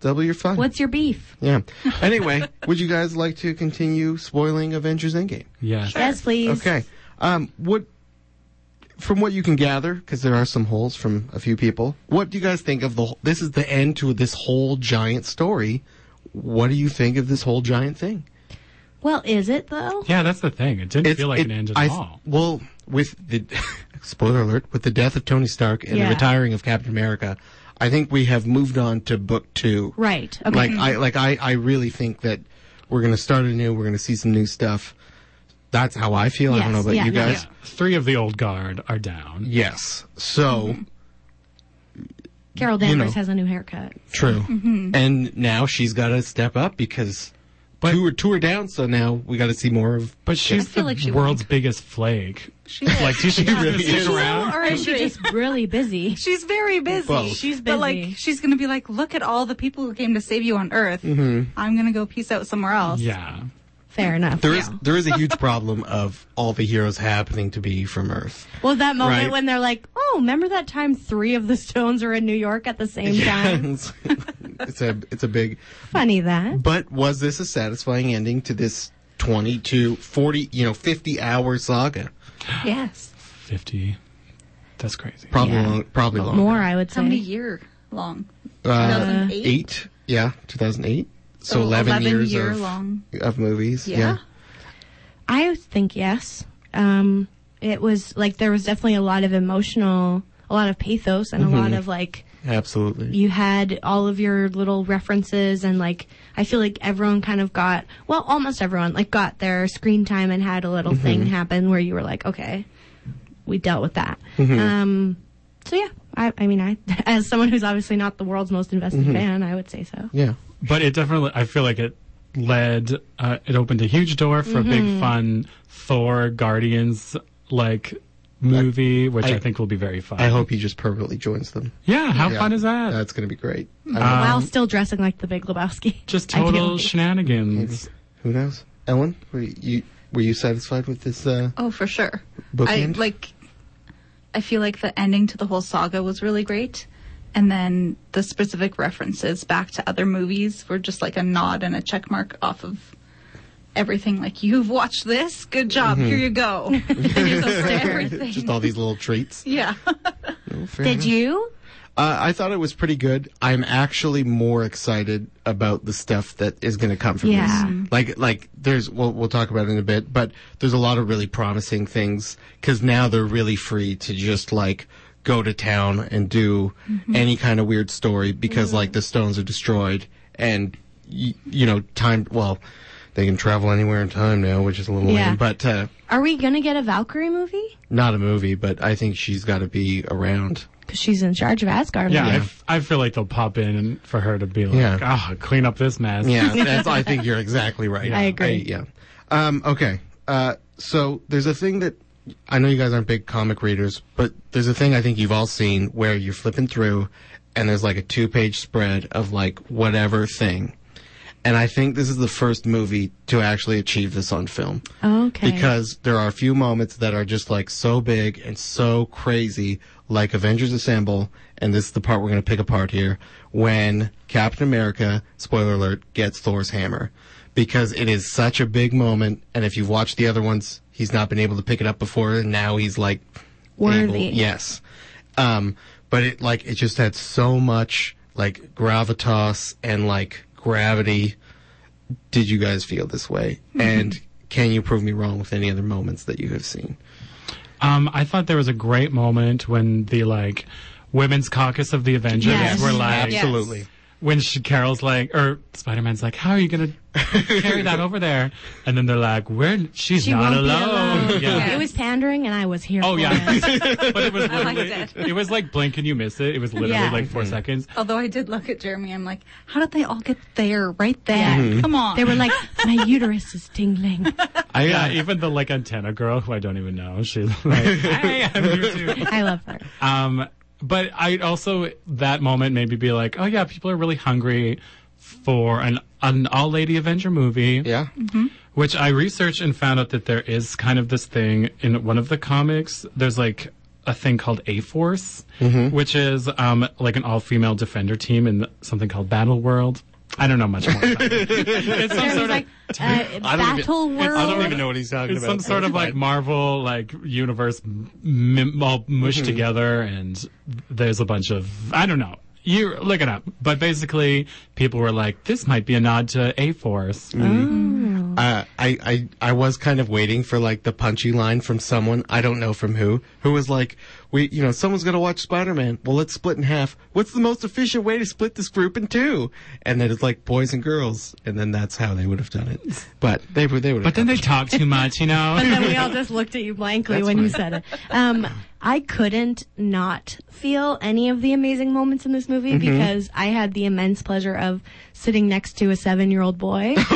double your fun. What's your beef? yeah. Anyway, would you guys like to continue spoiling Avengers Endgame? Yes. Yes, please. Okay. Um, what, from what you can gather, because there are some holes from a few people, what do you guys think of the? This is the end to this whole giant story. What do you think of this whole giant thing? Well, is it though? Yeah, that's the thing. It didn't It's- feel like it- an end at I- all. Well, with the spoiler alert, with the death of Tony Stark and Yeah. the retiring of Captain America, I think we have moved on to book two. Right. Okay. Like I like I, I really think that we're gonna start anew. We're gonna see some new stuff. That's how I feel. I don't Yes, know about yeah, you yeah, guys. yeah. Three of the old guard are down. Yes. So Mm-hmm. Carol Danvers know. has a new haircut. True. And now she's got to step up because But- two, are, two are down, so now we got to see more of. But she's feel the like she world's biggest flake. She is. Like, she's not gonna really stick is. around. Or is she just really busy? She's very busy. Both. She's busy. But like, she's gonna be like, look at all the people who came to save you on Earth. Mm-hmm. I'm gonna go peace out somewhere else. Yeah. Fair enough. Hmm. There is Yeah. there is a huge problem of all the heroes happening to be from Earth. Well, that moment Right. when they're like, "Oh, remember that time three of the Stones were in New York at the same time?" it's it's a it's a big. Funny that. But was this a satisfying ending to this 20 to 40, you know, 50 hour saga? Yes. 50. That's crazy. Probably Yeah. long, probably long. More, I would say. How many year long? Uh, 2008? eight? Yeah, 2008. So, So 11, 11 years year of, long. of movies. Yeah. I think yes. Um, it was like there was definitely a lot of emotional, a lot of pathos, Mm-hmm. and a lot of like yeah. Absolutely. you had all of your little references and like I feel like everyone kind of got well, almost everyone like got their screen time and had a little Mm-hmm. thing happen where you were like, okay, we dealt with that. Mm-hmm. Um, so yeah, I, I mean, I Mm-hmm. as someone who's obviously not the world's most invested fan, I would say so. Yeah. But it definitely, I feel like it led. Uh, it opened a huge door for Mm-hmm. a big fun Thor Guardians like movie, which I, I- think will be very fun. I hope he just permanently joins them. Yeah, how Yeah. fun is that? Uh, That's going to be great. I don't- While still dressing like the Big Lebowski. Um, Just I total feel. shenanigans. who knows? Ellen, were you were you satisfied with this? Uh, Oh, for sure. Bookend? I like. I feel like the ending to the whole saga was really great, and then the specific references back to other movies were just like a nod and a check mark off of everything. Like you've watched this, good job. Here you go. And you're so for everything. Mm-hmm. just all these little treats. yeah. Did you? Uh, I thought it was pretty good. I'm actually more excited about the stuff that is going to come from Yeah. this. Mm-hmm. Like, like there's we'll we'll talk about it in a bit, but there's a lot of really promising things because now they're really free to just like go to town and do Mm-hmm. any kind of weird story because like the stones are destroyed and y- you know time. Well, they can travel anywhere in time now, which is a little Yeah. lame, but uh, Are we gonna get a Valkyrie movie? not a movie. But I think she's got to be around. Because she's in charge of Asgard. Yeah, I right? f I I, feel like they'll pop in and for her to be like, Yeah. oh, clean up this mess. Yeah, that's, I think you're exactly right. I agree. yeah. Um, okay. Uh, so there's a thing that I know you guys aren't big comic readers, but there's a thing I think you've all seen where you're flipping through and there's like a two page spread of like whatever thing. And I think this is the first movie to actually achieve this on film Okay. because there are a few moments that are just like so big and so crazy, like Avengers Assemble, and this is the part we're going to pick apart here when Captain America, spoiler alert, gets Thor's hammer because it is such a big moment. And if you've watched the other ones, he's not been able to pick it up before, and now he's like Worthy. able- yes. Um, but it like it just had so much like gravitas and like gravity did you guys feel this way? And can you prove me wrong with any other moments that you have seen? Um, I thought there was a great moment when the like women's caucus of the Avengers Yes. were like, Yes. Absolutely. when she, Carol's like, or Spider Man's like, how are you gonna carry that over there? And then they're like, we're she's she not won't alone. be alone. Yeah. It was pandering, and I was here. Oh for yeah, it. but it was I liked literally, it. it was like blink and you miss it. It was literally Yeah. like 4 Mm-hmm. seconds. Although I did look at Jeremy, I'm like, how did they all get there right then? Come on. They were like, my uterus is tingling. I, Yeah, uh, even the like antenna girl who I don't even know. She's like, hey, I'm here too. I love her. Um, but I also that moment made me be like, oh yeah, people are really hungry for an an all lady Avenger movie. yeah. Which I researched and found out that there is kind of this thing in one of the comics. There's like a thing called A Force, which is um, like an all female defender team in something called Battle World. I don't know much more about it. it's some There was sort like of uh, battle world. I don't even know what he's talking it's about. some sort of like Marvel like universe m- all mushed together, and there's a bunch of I don't know. You look it up, but basically people were like, "This might be a nod to A Force." Uh, I, I, I was kind of waiting for like the punchy line from someone, I don't know from who, who was like, we, you know, someone's going to watch Spider-Man. Well, let's split in half. What's the most efficient way to split this group in two? And then it's like boys and girls. And then that's how they would have done it. But they were, they would But then they talk too much, you know. and we all just looked at you blankly when you said it. Um, I couldn't not feel any of the amazing moments in this movie Mm-hmm. because I had the immense pleasure of sitting next to a seven-year-old boy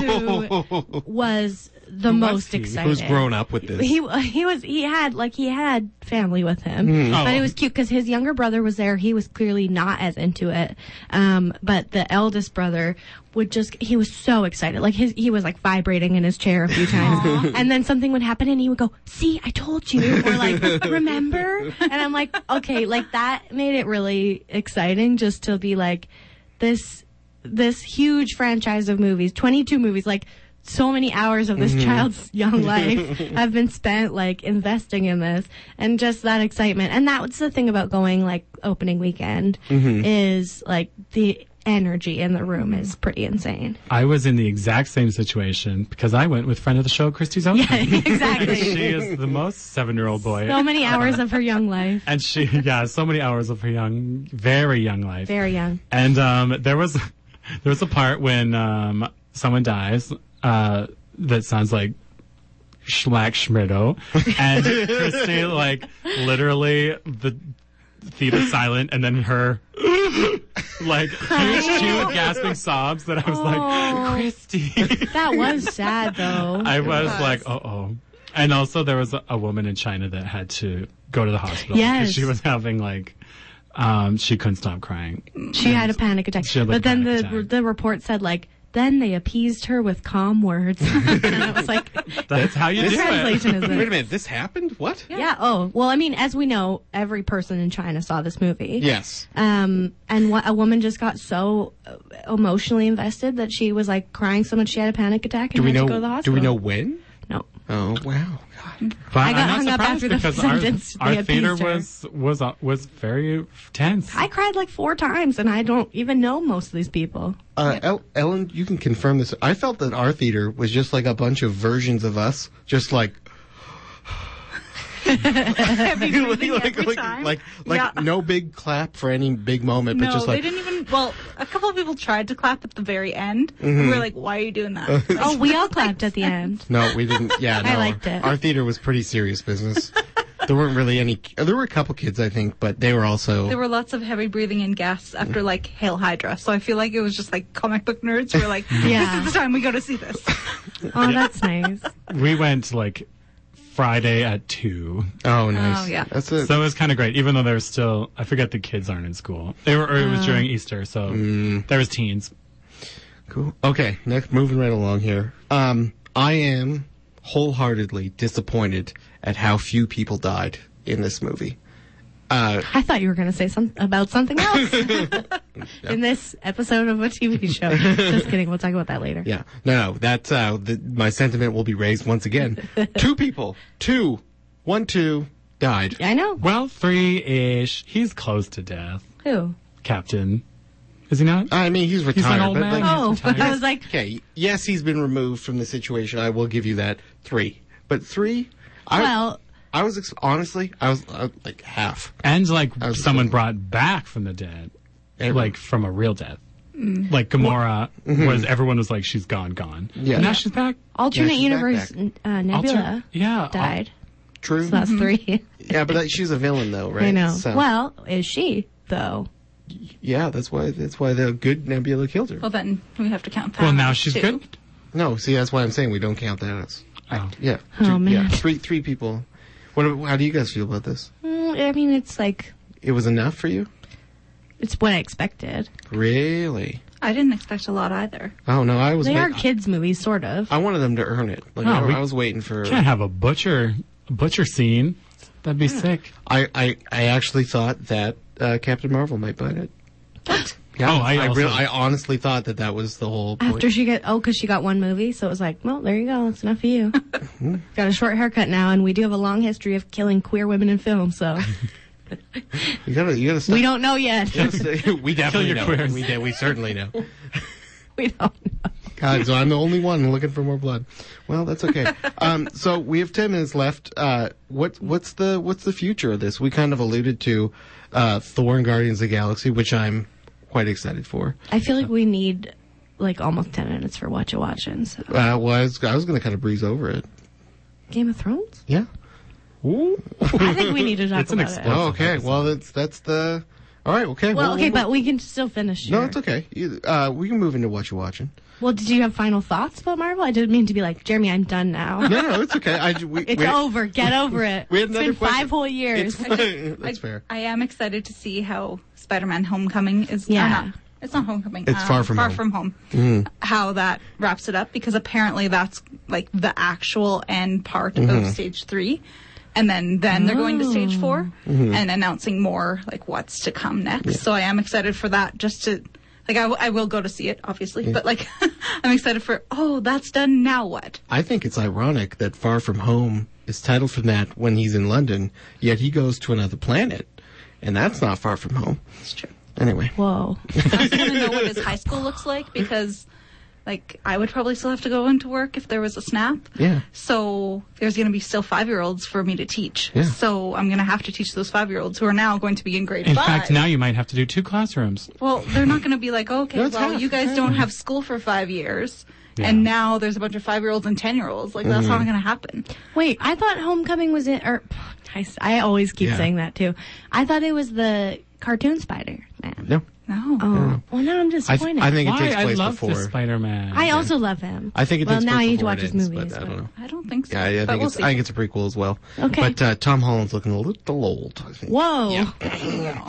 who was the most he? Who's excited. who's grown up with this? He he was he had like he had family with him, Oh. but it was cute because his younger brother was there. He was clearly not as into it, um, but the eldest brother would just he was so excited. Like his he was like vibrating in his chair a few times, and then something would happen, and he would go, "See, I told you," or like, "Remember?" And I'm like, okay, like that made it really exciting just to be like this this huge franchise of movies, 22 movies, like so many hours of Mm-hmm. this child's young life have been spent like investing in this and just that excitement. And that was the thing about going like opening weekend Mm-hmm. is like the energy in the room is pretty insane. I was in the exact same situation because I went with friend of the show, Christy Zone. Yeah, she exactly. is the most seven-year-old boy, so many hours of her young life. and she yeah, so many hours of her young, very young life. Very young. And um, there was there was a part when um, someone dies uh, that sounds like Schlack Schmidto, and Christy like literally the theater silent, and then her like huge, huge gasping sobs that I was Oh. like, Christy. That was sad though. I was, was. like, uh oh. And also, there was a, a woman in China that had to go to the hospital Yes. she was having like, um, she couldn't stop crying. She had a panic attack. She had, like, but then panic the attack. the report said like then they appeased her with calm words. and I was like, That's how you do it. translation is Wait a it? minute, this happened? What? Yeah. Oh, well, I mean, as we know, every person in China saw this movie. Yes. Um, and what, a woman just got so uh, emotionally invested that she was like crying so much she had a panic attack and Do we had know? to go to the do hospital. we know when? No. Oh wow! God. But I got am hung up not surprised after the because sentence, Our, they our theater appeased her. was was uh, was very tense. I cried like four times, and I don't even know most of these people. Uh, El- Ellen, you can confirm this. I felt that our theater was just like a bunch of versions of us, just like like like every like, time. like, like Yeah. no big clap for any big moment, but No, just like they didn't even. Well, a couple of people tried to clap at the very end. Mm-hmm. We were like, "Why are you doing that?" Oh, we all clapped at the end. No, we didn't. Yeah, no. I liked it. Our theater was pretty serious business. there weren't really any. There were a couple kids, I think, but they were also. there were lots of heavy breathing and gas after like Hail Hydra, so I feel like it was just like comic book nerds who were like, Yeah. "This is the time we go to see this." Oh, that's nice. we went like Friday at two, oh, nice. Oh, yeah. That's it. so it was kind of great. Even though there was still, I forget the kids aren't in school. They were. Or it Ah. was during Easter, so there was teens. cool. Okay, next, moving right along here. Um, I am wholeheartedly disappointed at how few people died in this movie. Uh, I thought you were going to say some about something else in this episode of a TV show. Just kidding. We'll talk about that later. yeah. No, no. That's uh, the, my sentiment will be raised once again. two people. Two. One, two died. I know. Well, three ish. He's close to death, Who? Captain. Is he not? I mean, he's retired, He's an old but man. like, Oh, tired. I was like, Okay, yes, he's been removed from the situation. I will give you that three, but three. I, well, I was ex- honestly, I was uh, like half. and like was someone kidding. brought back from the dead, Everyone. like from a real death. Mm. Like Gamora was, everyone was like, "She's gone, gone." Mm-hmm. Yeah. now she's back. alternate she's universe backpack. uh, Nebula Alter- yeah, al- died. True. So that's three. yeah, but uh, she's a villain though, mm-hmm. right? I know. So, Well, is she though? yeah, that's why that's why the good Nebula killed her. Well, then we have to count. Uh, Well, Thanos, now she's too. good. No, see, that's why I'm saying we don't count that as. Oh. Yeah. Oh, two- Yeah, man. three three people. What? ab- How do you guys feel about this? Mm, I mean, it's like It was enough for you, it's what I expected. really? I didn't expect a lot either. Oh no, I was. They ma- are Oh, kids' movies, sort of. I wanted them to earn it. Like No, I, we- I was waiting for. Can't have a butcher a butcher scene. That'd be sick. I, I, I actually thought that uh, Captain Marvel might buy it. Yeah, Oh, I I, also- real- I honestly thought that that was the whole point. After she got oh, because she got one movie, so it was like, well, there you go, that's enough for you. got a short haircut now, and we do have a long history of killing queer women in film, so you gotta, you gotta stop. we don't know yet. we definitely your know. queers. We, de- we certainly know. we don't. Know. God, so I'm the only one looking for more blood. Well, that's okay. Um, so we have ten minutes left. Uh, what, what's the, what's the future of this? We kind of alluded to uh, Thor and Guardians of the Galaxy, which I'm quite excited for. I feel like we need like almost ten minutes for watch a watching. So Uh, well, I was, I was gonna kind of breeze over it. Game of Thrones. Yeah. I think we need to talk It's an about explo- it. Oh, okay. Well, that's that's the. All right. Okay. Well, okay, but we can still finish. No, your- it's okay. You- Uh, we can move into what you're watching. Well, did you have final thoughts about Marvel? I didn't mean to be like, Jeremy, I'm done now. No, no, it's okay. I, ju- we, it's we, over. Get over it. we had it's another been question. five whole years. It's fine. That's I- fair. I am excited to see how Spider-Man: Homecoming is. or Yeah. not- it's not Homecoming. Uh, It's Far From far Home. Mm. from home. How that wraps it up because apparently that's like the actual end part of Mm-hmm. stage three, and then then they're going to stage 4 Mm-hmm. and announcing more like what's to come next. So I am excited for that. Just to like I, w- I will go to see it obviously, but like I'm excited for oh that's done now what. I think it's ironic that Far From Home is titled from that when he's in London, yet he goes to another planet, and that's not far from home. It's true. Anyway, Whoa. I just want to know what his high school looks like because, like, I would probably still have to go into work if there was a snap. Yeah. So there's going to be still five year olds for me to teach. Yeah. So I'm going to have to teach those five year olds who are now going to be in grade In five. fact, now you might have to do two classrooms. well, they're not going to be like, okay, No, it's well, half, you guys yeah. don't have school for five years. Yeah. And now there's a bunch of five year olds and 10 year olds. Like, that's not Mm-hmm. going to happen. Wait, I thought Homecoming was in, or I, s- I always keep Yeah. saying that too. I thought it was the cartoon Spider Man. no. No. Oh, well, now I'm I, th- disappointed. I think it Why? takes I place love before. this Spider-Man. I also love him. I think it well, takes now place I need to before watch it his ends, movies. but I don't know. I don't think so. Yeah, I, I but think we'll it's see. I think it's a prequel as well. Okay. But uh, Tom Holland's looking a little old. I think. Whoa, Yeah.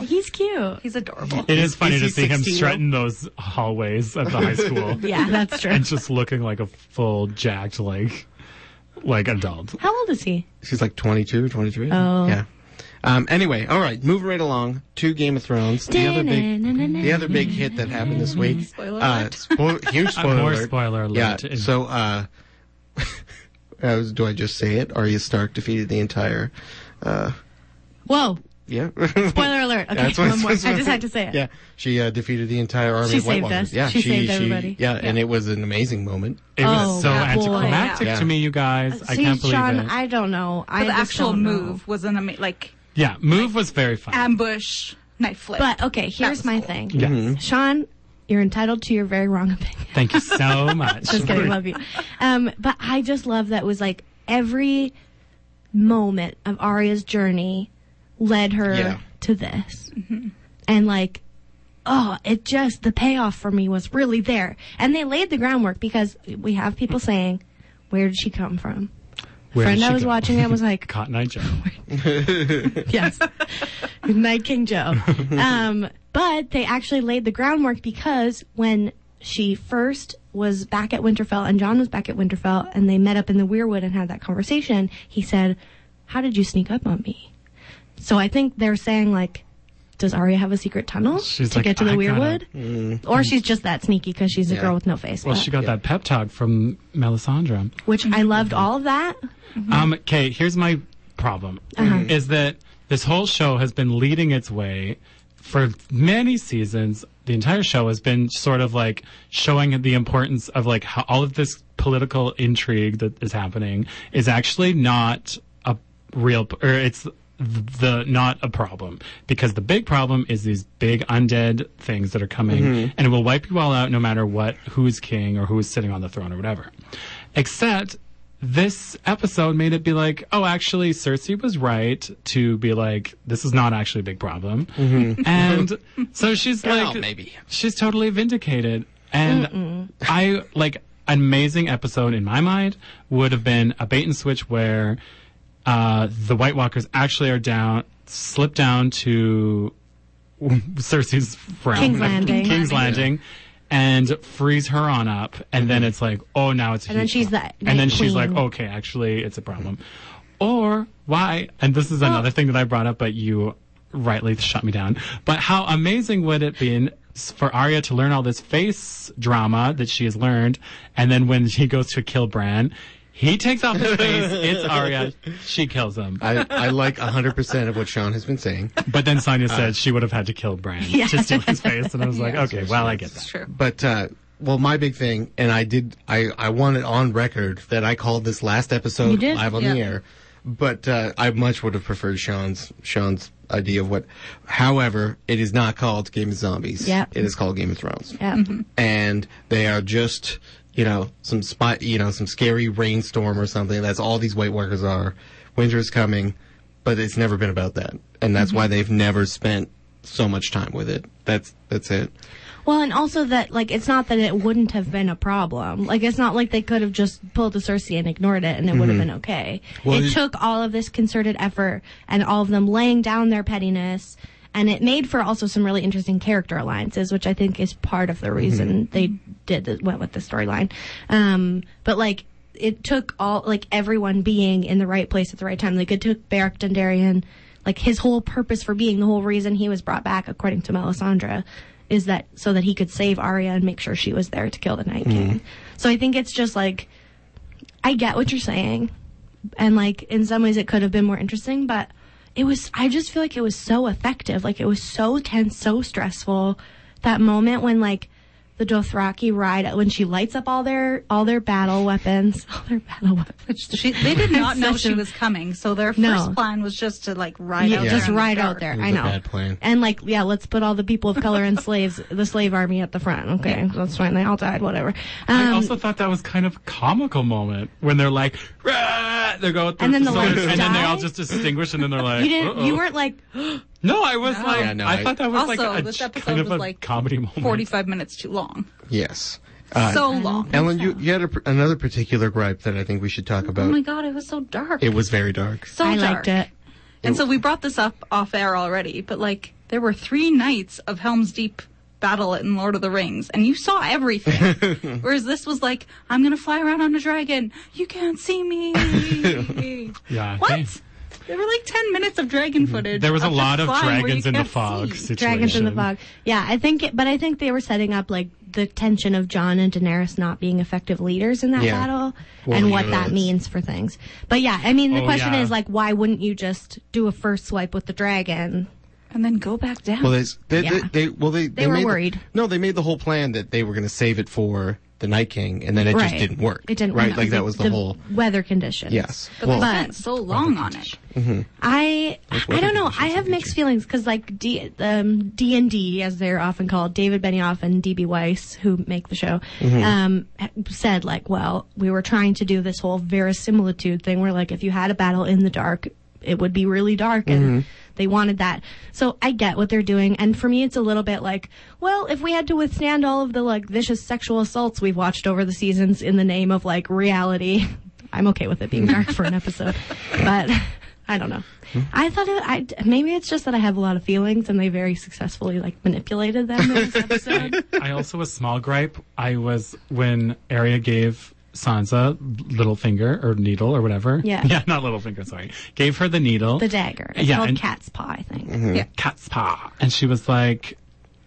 he's cute. He's adorable. It is funny Is to he see him 16 strutting those hallways at the high school E Yeah, that's true. and just looking like a full jacked like like adult. How old is he? She's like 22, 23. Oh. Yeah. Um, anyway, all right, moving right along to Game of Thrones. The other big, the other big hit that happened this week. Spoiler Uh, alert. spo- huge spoiler. More alert. spoiler Yeah. alert. in- So, uh, uh, do I just say it? Arya Stark defeated the entire. Uh, Whoa, yeah. spoiler alert. Okay, That's what- one more. I that's what- just had to say it. Yeah, she uh, defeated the entire army She of White saved Walkers. us. Yeah, She saved everybody. yeah, and it was an amazing moment. it was Oh, so boy. anticlimactic Yeah. to me, you guys. I See, can't believe Sean, it. I don't know. I the just actual don't know. move was an ama- like yeah, move was very fun. ambush knife flip. But okay, here's was my cool. thing. yes. Sean, you're entitled to your very wrong opinion. Thank you so much. Just kidding, love you. Um, but I just love that was like every moment of Arya's journey led her Yeah. to this, and like, oh, it just the payoff for me was really there, and they laid the groundwork because we have people saying, "Where did she come from?" Where Friend did I she was go? watching it was like, Cotton Eye Joe. yes. Night King Joe. Um, but they actually laid the groundwork because when she first was back at Winterfell and John was back at Winterfell and they met up in the Weirwood and had that conversation, he said, How did you sneak up on me? So I think they're saying, like, does Arya have a secret tunnel She's to like, get to the "I gotta- Mm. Weirwood? Or she's just that sneaky because she's a Yeah. girl with no face. Well, but- she got that pep talk from Melisandre. which I loved all of that. Um, okay, here's my problem Uh-huh. is that this whole show has been leading its way for many seasons. The entire show has been sort of like showing the importance of like how all of this political intrigue that is happening is actually not a real, or it's the not a problem because the big problem is these big undead things that are coming and it will wipe you all out no matter what who's king or who is sitting on the throne or whatever except this episode made it be like, oh, actually, Cersei was right to be like, this is not actually a big problem. And so she's Well, like, maybe. she's totally vindicated. And I, like, an amazing episode in my mind would have been a bait and switch where uh, the White Walkers actually are down, slip down to Cersei's realm, King's Landing. King's Landing, and frees her on up, and then it's like, oh, now it's a And then huge she's problem. the and then Night she's like, Queen. okay, actually, it's a problem, or why? And this is another thing that I brought up, but you rightly shut me down. But how amazing would it be? In, for Arya to learn all this face drama that she has learned, and then when she goes to kill Bran, he takes off his face. It's Arya. She kills him. I, I like 100% of what Sean has been saying. But then Sonya said she would have had to kill Bran to steal his face, and I was like, okay, well, I get It's that. true. But uh, well, my big thing, and I did, I I want it on record that I called this last You episode did? live on the air. But uh, I much would have preferred Sean's Sean's idea of what. However, it is not called Game of Zombies. Yeah. it is called Game of Thrones. Yeah. Mm-hmm. and they are just you know some spot you know some scary rainstorm or something. That's all these White Walkers are. Winter's coming, but it's never been about that, and that's why they've never spent so much time with it. That's that's it. Well, and also that, like, it's not that it wouldn't have been a problem. Like, it's not like they could have just pulled a Cersei and ignored it and it would have been okay. Well, it it- took all of this concerted effort and all of them laying down their pettiness, and it made for also some really interesting character alliances, which I think is part of the reason they did the, went with the storyline. Um, but like, it took all like everyone being in the right place at the right time. Like, it took Beric Dondarrion, like his whole purpose for being the whole reason he was brought back, according to Melisandre is that so that he could save Arya and make sure she was there to kill the Night King. So I think it's just like I get what you're saying. And like in some ways it could have been more interesting, but it was I just feel like it was so effective. Like it was so tense, so stressful. That moment when like the Dothraki ride when she lights up all their all their battle weapons, all their battle weapons. Which she, they did not know such she a- was coming, so their first No. plan was just to like ride Yeah, out there. just in the ride out dark. there. It was I a know. bad plan. And like, yeah, let's put all the people of color and slaves, the slave army at the front. Okay, that's fine. They all died. Whatever. Um, I also thought that was kind of a comical moment when they're like, "Rah!" ah, they go through And then the solar- lights and then they die? all just distinguish, and then they're like, You didn't. "Uh-oh." You weren't like. No, I was like, Yeah, no, I, I- thought that was Also, like a this ch- episode kind of was a like comedy moment. 45 minutes too long. Yes. Uh, so long. Ellen, you, you had a, pr- another particular gripe that I think we should talk Oh about. my god, it was so dark. it was very dark. so I dark. liked it. And so we brought this up off air already, but like there were three nights of Helm's Deep battle in Lord of the Rings, and you saw everything. Whereas this was like, I'm gonna fly around on a dragon. You can't see me. Yeah. What? hey. There were like ten minutes of dragon footage. Mm-hmm. There was a them lot of flying where dragons you in the can't fog see. situation. Dragons in the fog. Yeah, I think, it, but I think they were setting up like the tension of John and Daenerys not being effective leaders in that Yeah. battle Well, and yeah, what that that's- means for things. But yeah, I mean, the Oh, question yeah. is like, why wouldn't you just do a first swipe with the dragon? and then go back down. Well, they, they, Yeah. they, they well they they, were made the- worried. no, they made the whole plan that they were going to save it for the Night King, and then it just Right. didn't work. It didn't right. work. Like that was the, whole. weather conditions. Yes. but well, they spent so long on it. I I weather don't know. I conditions have in mixed nature. feelings because like D um D and D as they're often called, David Benioff and DB Weiss, who make the show, um, said like, well, we were trying to do this whole verisimilitude thing where like if you had a battle in the dark, it would be really dark and. They wanted that. So I get what they're doing. And for me, it's a little bit like, well, if we had to withstand all of the like vicious sexual assaults we've watched over the seasons in the name of like reality, I'm okay with it being dark for an episode. But I don't know. I thought it, I, maybe it's just that I have a lot of feelings and they very successfully like manipulated them in this episode. I also a small gripe. I was when Arya gave Sansa little finger or needle or whatever. Yeah. Yeah, not little finger. Sorry, gave her the needle, the dagger. It's Yeah, called and- cat's paw, I think. Yeah. cat's paw, and she was like,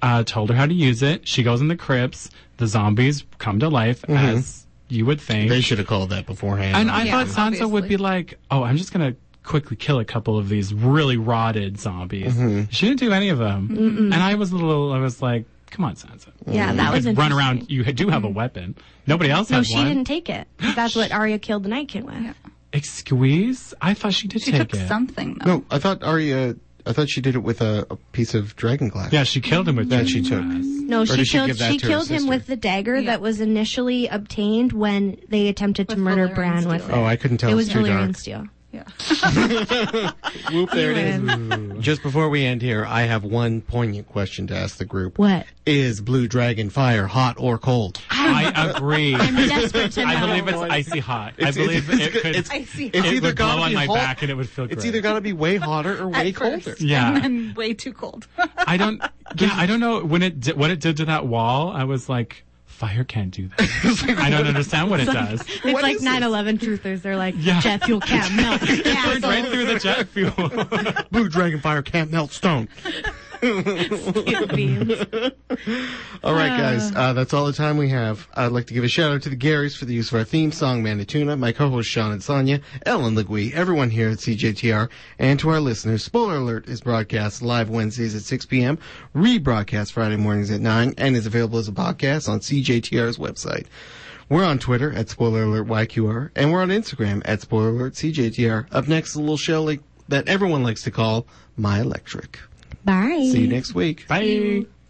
uh, told her how to use it. She goes in the crypts. The zombies come to life Mm-hmm. as you would think. they should have called that beforehand. and I Yeah, thought Sansa would obviously. be like, "Oh, I'm just gonna." Quickly kill a couple of these really rotted zombies. Mm-hmm. She didn't do any of them, and I was a little. I was like, "Come on, Sansa, Yeah, that was could interesting. run around. You do have a weapon. Nobody else Mm-hmm. No, has she one. didn't take it. That's what Arya killed the Night King with. Excuse? I thought she did She take took it. something though. no, I thought Arya. I thought she did it with a, a piece of dragon glass. yeah, she killed him with That she dragon took. glass. No, she did she killed. give She, that to her killed him sister? with the dagger Yeah. that was initially obtained when they attempted to With murder Valyrian Bran steel. with it. Oh, I couldn't tell. it was it's too Valyrian dark. steel. Yeah. Whoop! There it You is. Just before we end here, I have one poignant question to ask the group: What? Is Blue Dragon Fire hot or cold? I agree. I'm desperate to know. I believe it's icy hot. I It's- believe it's- it could. it's- I see. It's it either would blow gotta on be my hot- back and it would feel It's great. either got to be way hotter or way At first, colder. Yeah. And then way too cold. I don't. Yeah, I don't know when it did, what it did to that wall. I was like, fire can't do that. I don't understand what it does. It's What like is this? 9/11 truthers. They're like, Yeah. jet fuel can't melt. Burned Yeah, right through the jet fuel. Blue Dragon Fire can't melt stone. All right, guys, uh, that's all the time we have. I'd like to give a shout out to the Garys for the use of our theme song, Manituna, my co-host Sean and Sonia, Ellen Legui, everyone here at CJTR, and to our listeners. Spoiler Alert is broadcast live Wednesdays at 6 p.m., rebroadcast Friday mornings at 9, and is available as a podcast on CJTR's website. We're on Twitter at Spoiler Alert YQR, and we're on Instagram at Spoiler Alert CJTR. Up next, a little show like, that everyone likes to call My Electric. Bye. See you next week. Bye.